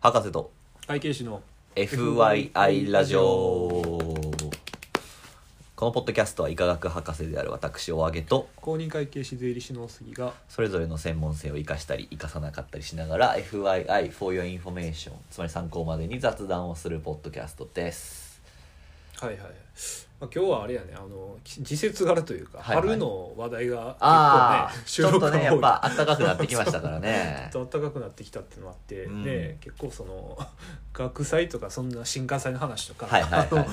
博士と会計士の FYI ラジオこのポッドキャストは医科学博士である私おあげと公認会計士税理士の杉がそれぞれの専門性を生かしたり生かさなかったりしながら FYI for your information つまり参考までに雑談をするポッドキャストですはいはい、まあ、今日はあれやねあのき時節柄というか、はいはい春の話題がああ、結ち構ょね収っと録が多いねやっぱ暖かくなってきましたからね ちょっと暖かくなってきたっていうのもあって、うんで結構その 学祭とかそんな新幹線の話とか、はいはいはいあの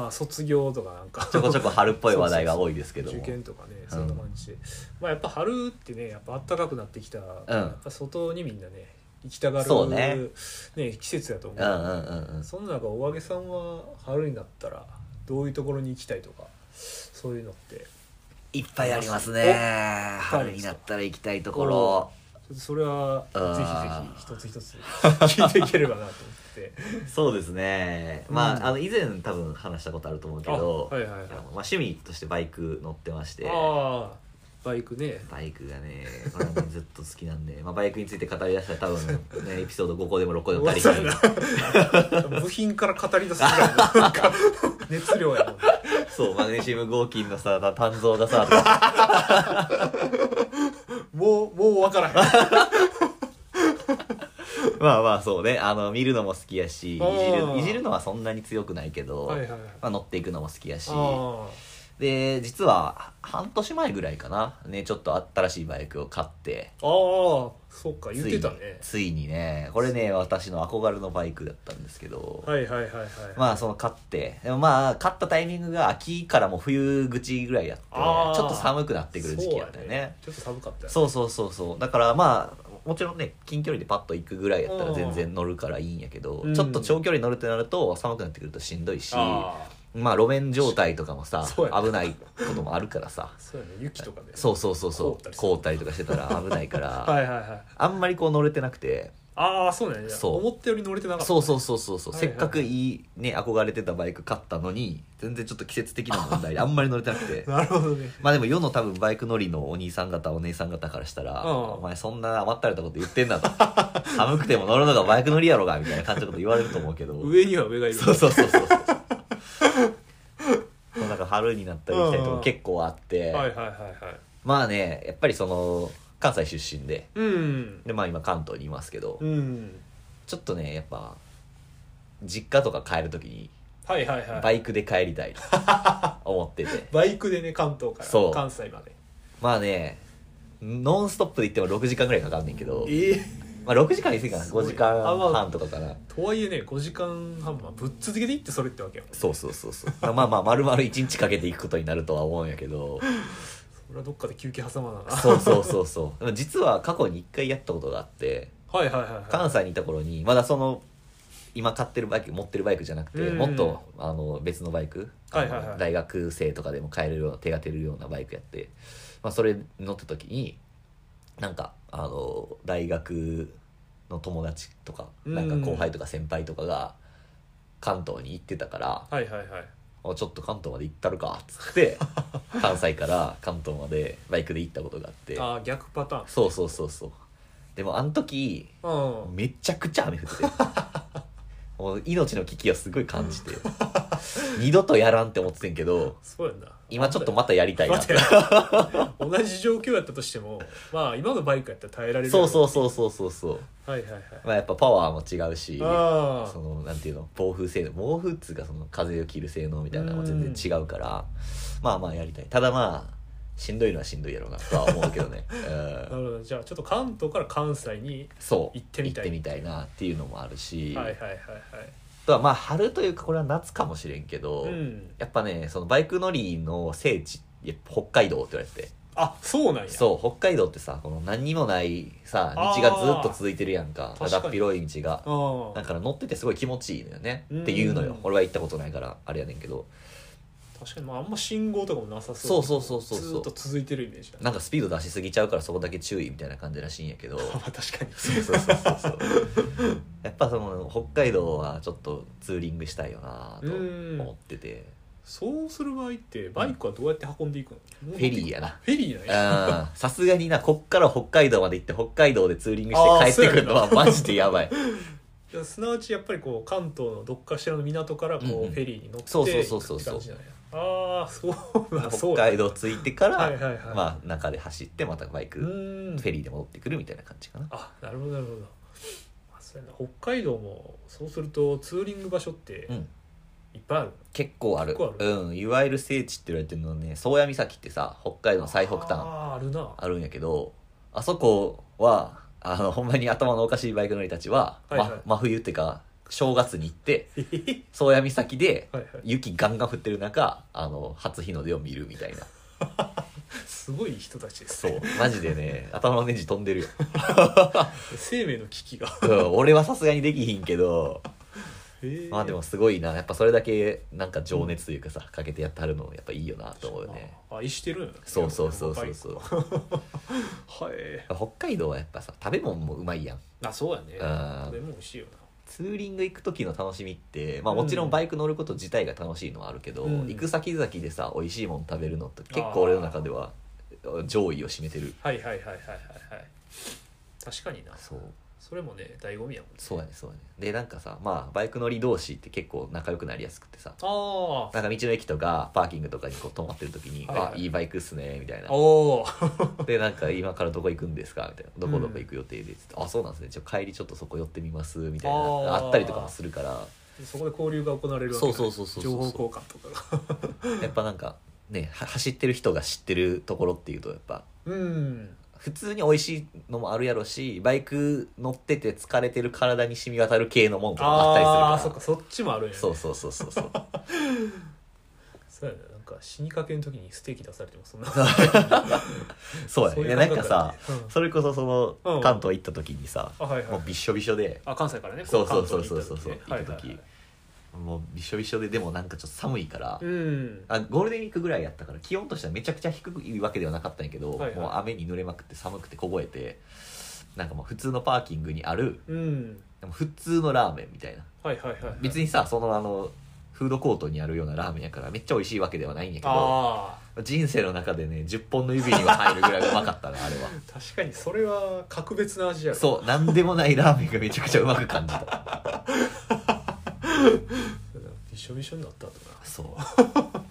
まあ卒業とかなんかちょこちょこ春っぽい話題が多いですけど受も験とかねそんな感じで、まあやっぱ春ってねやっぱ暖かくなってきた、やっぱ外にみんなね行きたがるそうねね季節やと思うんうんうんうんその中お揚げさんは春になったらどういうところに行きたいとかそういうのってちいっぱいありますねお春になったら行きたいところょっとそれはぜあーひぜひ一つ一つ 聞いていければなと思ってそうですねまあ,、うんあの以前多分話したことあると思うけど、あはいはいはいまあ、趣味としてバイク乗ってましてああバイクねバイクがねこれはねずっと好きなんで、まあ、バイクについて語りだしたら多分 ねエピソード5個でも6個でも足りない部品から語り出すぐらいのなんか 熱量やもんねそうマグネシウム合金のさ鍛造がさ とかもうもう分からへんあまあまあそうねあの見るのも好きやしいじあーるいじるのはそんなに強くないけど、はいはいはいまあ、乗っていくのも好きやしあで実は半年前ぐらいかなねちょっと新しいバイクを買ってあーそっか言ってたねついについにねこれね私の憧れのバイクだったんですけど、はいはいはいはい、まあその買ってでもまあ買ったタイミングが秋からもう冬口ぐらいやってちあょーっと寒くなってくる時期やったよそうやねちょっと寒かったよねそうそうそうそうだからまあもちろんね近距離でパッと行くぐらいやったら全然乗るからいいんやけど、うんちょっと長距離乗るってなると寒くなってくるとしんどいしあまあ路面状態とかもさそうやね危ないこともあるからさーそうやね雪とかでそうそうそうそ凍ったうり凍ったりとするかしてたら危ないから、 はいはいはいあんまりこう乗れてなくてああそうなんやそう思ったより乗れてなかったそうそうそうそうそう、はいはいせっかくいいね憧れてたバイク買ったのに全然ちょっと季節的な問題であんまり乗れてなくてなるほどねまあでも世の多分バイク乗りのお兄さん方お姉さん方からしたら「うんお前そんな余ったれたこと言ってんな」と 「寒くても乗るのがバイク乗りやろが」みたいな感じのこと言われると思うけど上には上がいるそうそうそうそう そうなんか春になったり行きたいとこ結構あって、はいはいはいはいまあねやっぱりその関西出身でうんでまあ今関東にいますけど、うんちょっとねやっぱ実家とか帰る時にはいはいはいバイクで帰りたい と思っててバイクでね関東かそうら関西までまあねノンストップで行っても6時間ぐらいかかんねんけど、ええまあ、6時間にせんかなすごい5時間あまあ半とかかなとはいえね5時間半まあぶっ続けていってそれってわけよそうそうそうそうまあまあまあ丸々1日かけて行くことになるとは思うんやけどそれはどっかで休憩挟まななそうそうそう そうでも実は過去に1回やったことがあってはいはいはいはい関西にいた頃にまだその今買ってるバイク持ってるバイクじゃなくてうんもっとあの別のバイク、はいはいはい大学生とかでも買えるような手が出るようなバイクやって、まあ、それ乗った時になんかあの大学の友達とかうんなんか後輩とか先輩とかが関東に行ってたからはいはいはい「あちょっと関東まで行ったるか」っつって 関西から関東までバイクで行ったことがあってああ逆パターンそうそうそうそうでもあの時うんめちゃくちゃ雨降っててもう命の危機をすごい感じて二度とやらんって思ってんけどそうやんな今ちょっとまたやりたいな待っっててよ 同じ状況やったとしてもまあ今のバイクやったら耐えられるそうそううそうそうそうそうはいはいはいまあやっぱパワーも違うしああそのなんていうの暴風性能暴風っつうかその風を切る性能みたいなのも全然違うからまあまあやりたいただまあしんどいのはしんどいやろうなとは思うけど ね、う、なんるほどじゃあちょっと関東から関西にそう行ってみたい行ってみたいなっていうのもあるし、はいはいはいはいあとはまあ春というかこれは夏かもしれんけど、うんやっぱねそのバイク乗りの聖地やっぱ北海道って言われててあそうなんやそう北海道ってさこの何にもないさあー道がずっと続いてるやんか確かにだだっ広い道があだから乗っててすごい気持ちいいのよねうんっていうのよ俺は行ったことないからあれやねんけどあ確かにまああんま信号とかもなさそそううそうそうそうずそーっうと続いてるイメージだなんか スピード出しすぎちゃうからそこだけ注意みたいな感じらしいんや けどまあ確かにそうそうそうそうそうやっぱその北海道はちょっとツーリングしたいよなと思っててそうする場合ってバイクはどうやって運んでいくの、フェリーやなフェリーなんやあーさすが になこっから北海道まで行って北海道でツーリングして帰ってくるのはマジでやばいじゃあすなわちやっぱりこう関東のどっかしらの港からこう、うんうんフェリーに乗ってそうそう行そうくそっうてそう感じなんやああそうまあ北そうだ海道着いてから、はいはいはいまあ、中で走ってまたバイク、うーんフェリーで戻ってくるみたいな感じかなあなるほどなるほど、まあ、そうやな北海道もそうするとツーリング場所ってうんいっぱいある、結構ある結構あるうん、いわゆる聖地って言われてるのはね宗谷岬ってさ北海道の最北端ああある なあるんやけどあそこはあのほんまに頭のおかしいバイク乗りたちは、はいはいま真冬っていうか正月に行ってえへへ宗谷岬ではいはい雪ガンガン降ってる中あの初日の出を見るみたいなすごい人たちですそねうマジでね頭のネジ飛んでるよ、生命の危機がうん、俺はさすがにできひんけどへ えまあでもすごいなやっぱそれだけなんか情熱というかさかけてやってはるのやっぱいいよなと思うよねあ愛してるんやそうそうそうそうそううはい北海道はやっぱさ食べ物もうまいやんあそうやねうん食べ物美味しいよツーリング行く時の楽しみって、まあ、うんもちろんバイク乗ること自体が楽しいのはあるけど、うん行く先々でさ美味しいもん食べるのって結構俺の中では上位を占めてるなはいはいはいはいはいはい確かになそうそれもね醍醐味やもんそうやねそうやねでなんかさまあバイク乗り同士って結構仲良くなりやすくてさあなんか道の駅とかパーキングとかにこう止まってる時に「はいはいあいいバイクっすね」みたいなあおおでなんか今からどこ行くんですかみたいなどこどこ行く予定でっつって、あそうなんですねじゃあ帰りちょっとそこ寄ってみますみたいなああーったりとかもするからそこで交流が行われるわけだそうそうそうそう情報交換とかがやっぱなんかねは走ってる人が知ってるところっていうとやっぱうん普通に美味しいのもあるやろしバイク乗ってて疲れてる体に染み渡る系のもんとかもあったりするからああーそっかそっちもあるんやねそうそうそうそうそうそうやねなんか死にかけの時にステーキ出されて もそんなそうやねそういうでなん感か覚ださね、うんそれこそそのうん関東行った時にさ、あはいはいもうびっしょびしょであ関西からねそうそうそこうそう関そう東そうに行行っったた時、時ねはいはいはいもうびっしょびしょででもなんかちょっと寒いから、うんあゴールデンウィークぐらいやったから気温としてはめちゃくちゃ低いわけではなかったんやけど、はいはいもう雨に濡れまくって寒くて凍えてなんかもう普通のパーキングにあるうんでも普通のラーメンみたいなはいはいはい別にさそのあのフードコートにあるようなラーメンやからめっちゃ美味しいわけではないんやけどあ人生の中でね10本の指には入るぐらいうまかったなあれはあ確かにそれは格別な味やろそう何でもないラーメンがめちゃくちゃうまく感じたびしょびしょになった後なそう マ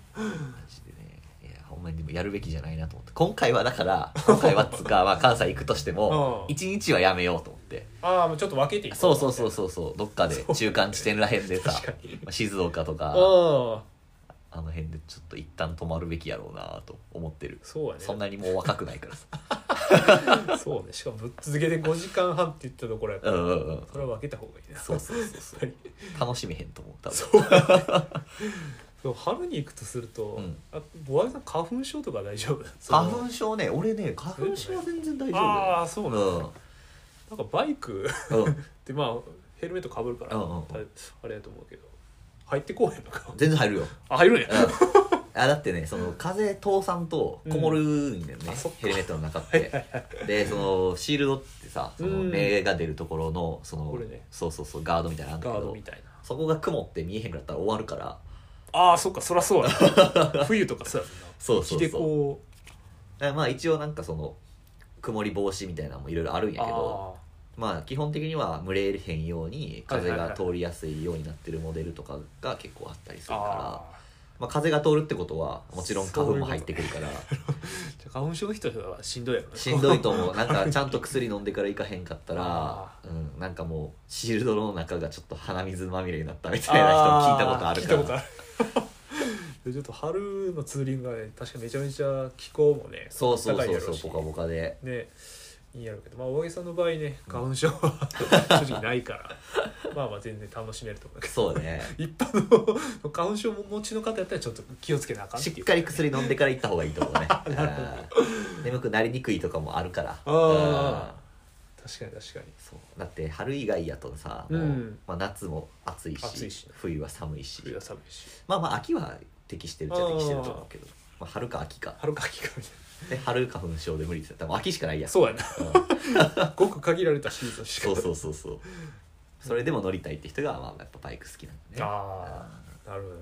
ジでねいやほんまにでもやるべきじゃないなと思って今回はだから今回はっつうか、 まあ、関西行くとしてもうん1日はやめようと思ってああもうちょっと分けていこそうそうそうそうそうどっかで中間地点らへんでさ、確かにまあ静岡とかあああの辺でちょっと一旦止まるべきやろうなと思ってるそうやねそんなにもう若くない からさそうねしかもぶっ続けて5時間半って言ったところやかうらんうんうんそれは分けた方がいいなそうそうそうそやっぱう楽しめへんと思う多分そうだねそう春に行くとすると、うんあボアイさん花粉症とか大丈夫花粉症ね俺ね花粉症は全然大丈ああそうなんだ、夫なんかバイク うんうんってまあヘルメットかぶるから、うんうんうんあれあれやと思うけど入ってこうへんのか全然入るよあ入るんや、あだってねその風通さんとこもるんだよね、うんあそっかヘルメットの中ってでそのシールドってさそのうん目が出るところのその、これねそうそうそうガードみたいなのあるんだガーけドどみたいなそこが曇って見えへんくなったら終わるからああそっかそ らそうや冬とかそうやもんなそうそうそう着てこうだからまあ一応なんかその曇り防止みたいなのもいろいろあるんやけどあまあ基本的には蒸れへんように風はいはいがはい通りやすいようになってるモデルとかが結構あったりすーるからあまあ、風が通るってことはもちろん花粉も入ってくるからーじゃあ花粉症の人はしんどいやろなしん どいと思うなんかちゃんと薬飲んでから行かへんかったらあ、うん、なんかもうシールドの中がちょっと鼻水まみれになったみたいな人も聞いたことあるからら ちょっと春のツーリングがね確かめちゃめちゃ気候もねそうそう暖かいそやうろそうしポカポカでねいいやろうけどまあ大げさの場合ね花粉症は正直ないから まあまあ全然楽しめると思うけどそうね一般の花粉症も持ちの方やったらちょっと気をつけなあかんしてっいうかり薬飲んでから行った方がいいと思う ねうん眠くなりにくいとかもあるからあうん確かに確かにそうだって春以外やとさもう、うんまあ、夏も暑いし暑いし冬は寒いし冬は寒いしまあまあ秋は適してるっちゃ適してると思うけどまあ、春か秋か春か秋かみたでい春花粉症で無理ですよ多分秋しかないやなんそうや なうんごく限られたシーズンしかそうそうそうそうそれでも乗りたいって人が、まあ、やっぱバイク好きなんだねああなるほど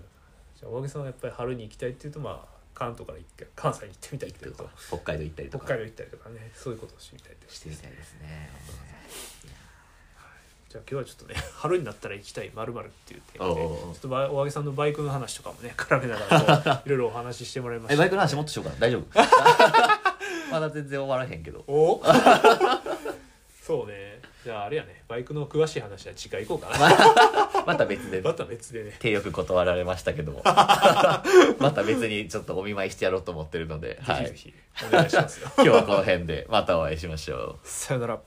じゃあ大げさんはやっぱり春に行きたいっていうとまあ関東から一回関西に行ってみたいっていうと北海道行ったりと北か海道行ったりとかねそういうことをしてみたいってことしてみたいですねじじゃあ今日はちょっとね 春になったら行きたいまるっていうテーマでおうおうおうちょっとばお揚げさんのバイクの話とか もね絡めながらこういろいろお話ししてもらいましたえバイクの話もっとしようかな大 丈夫まだ全然終わらへんけどおそうねじゃああれやねバイクの詳しい話は次回行こうかなまた別でまた別でね手よく断られましたけど もまた別にちょっとお見舞いしてやろうと思ってるので、はぜひい ぜ、ひお願いしますよ今日はこの辺でまたお会いしましょうさよなら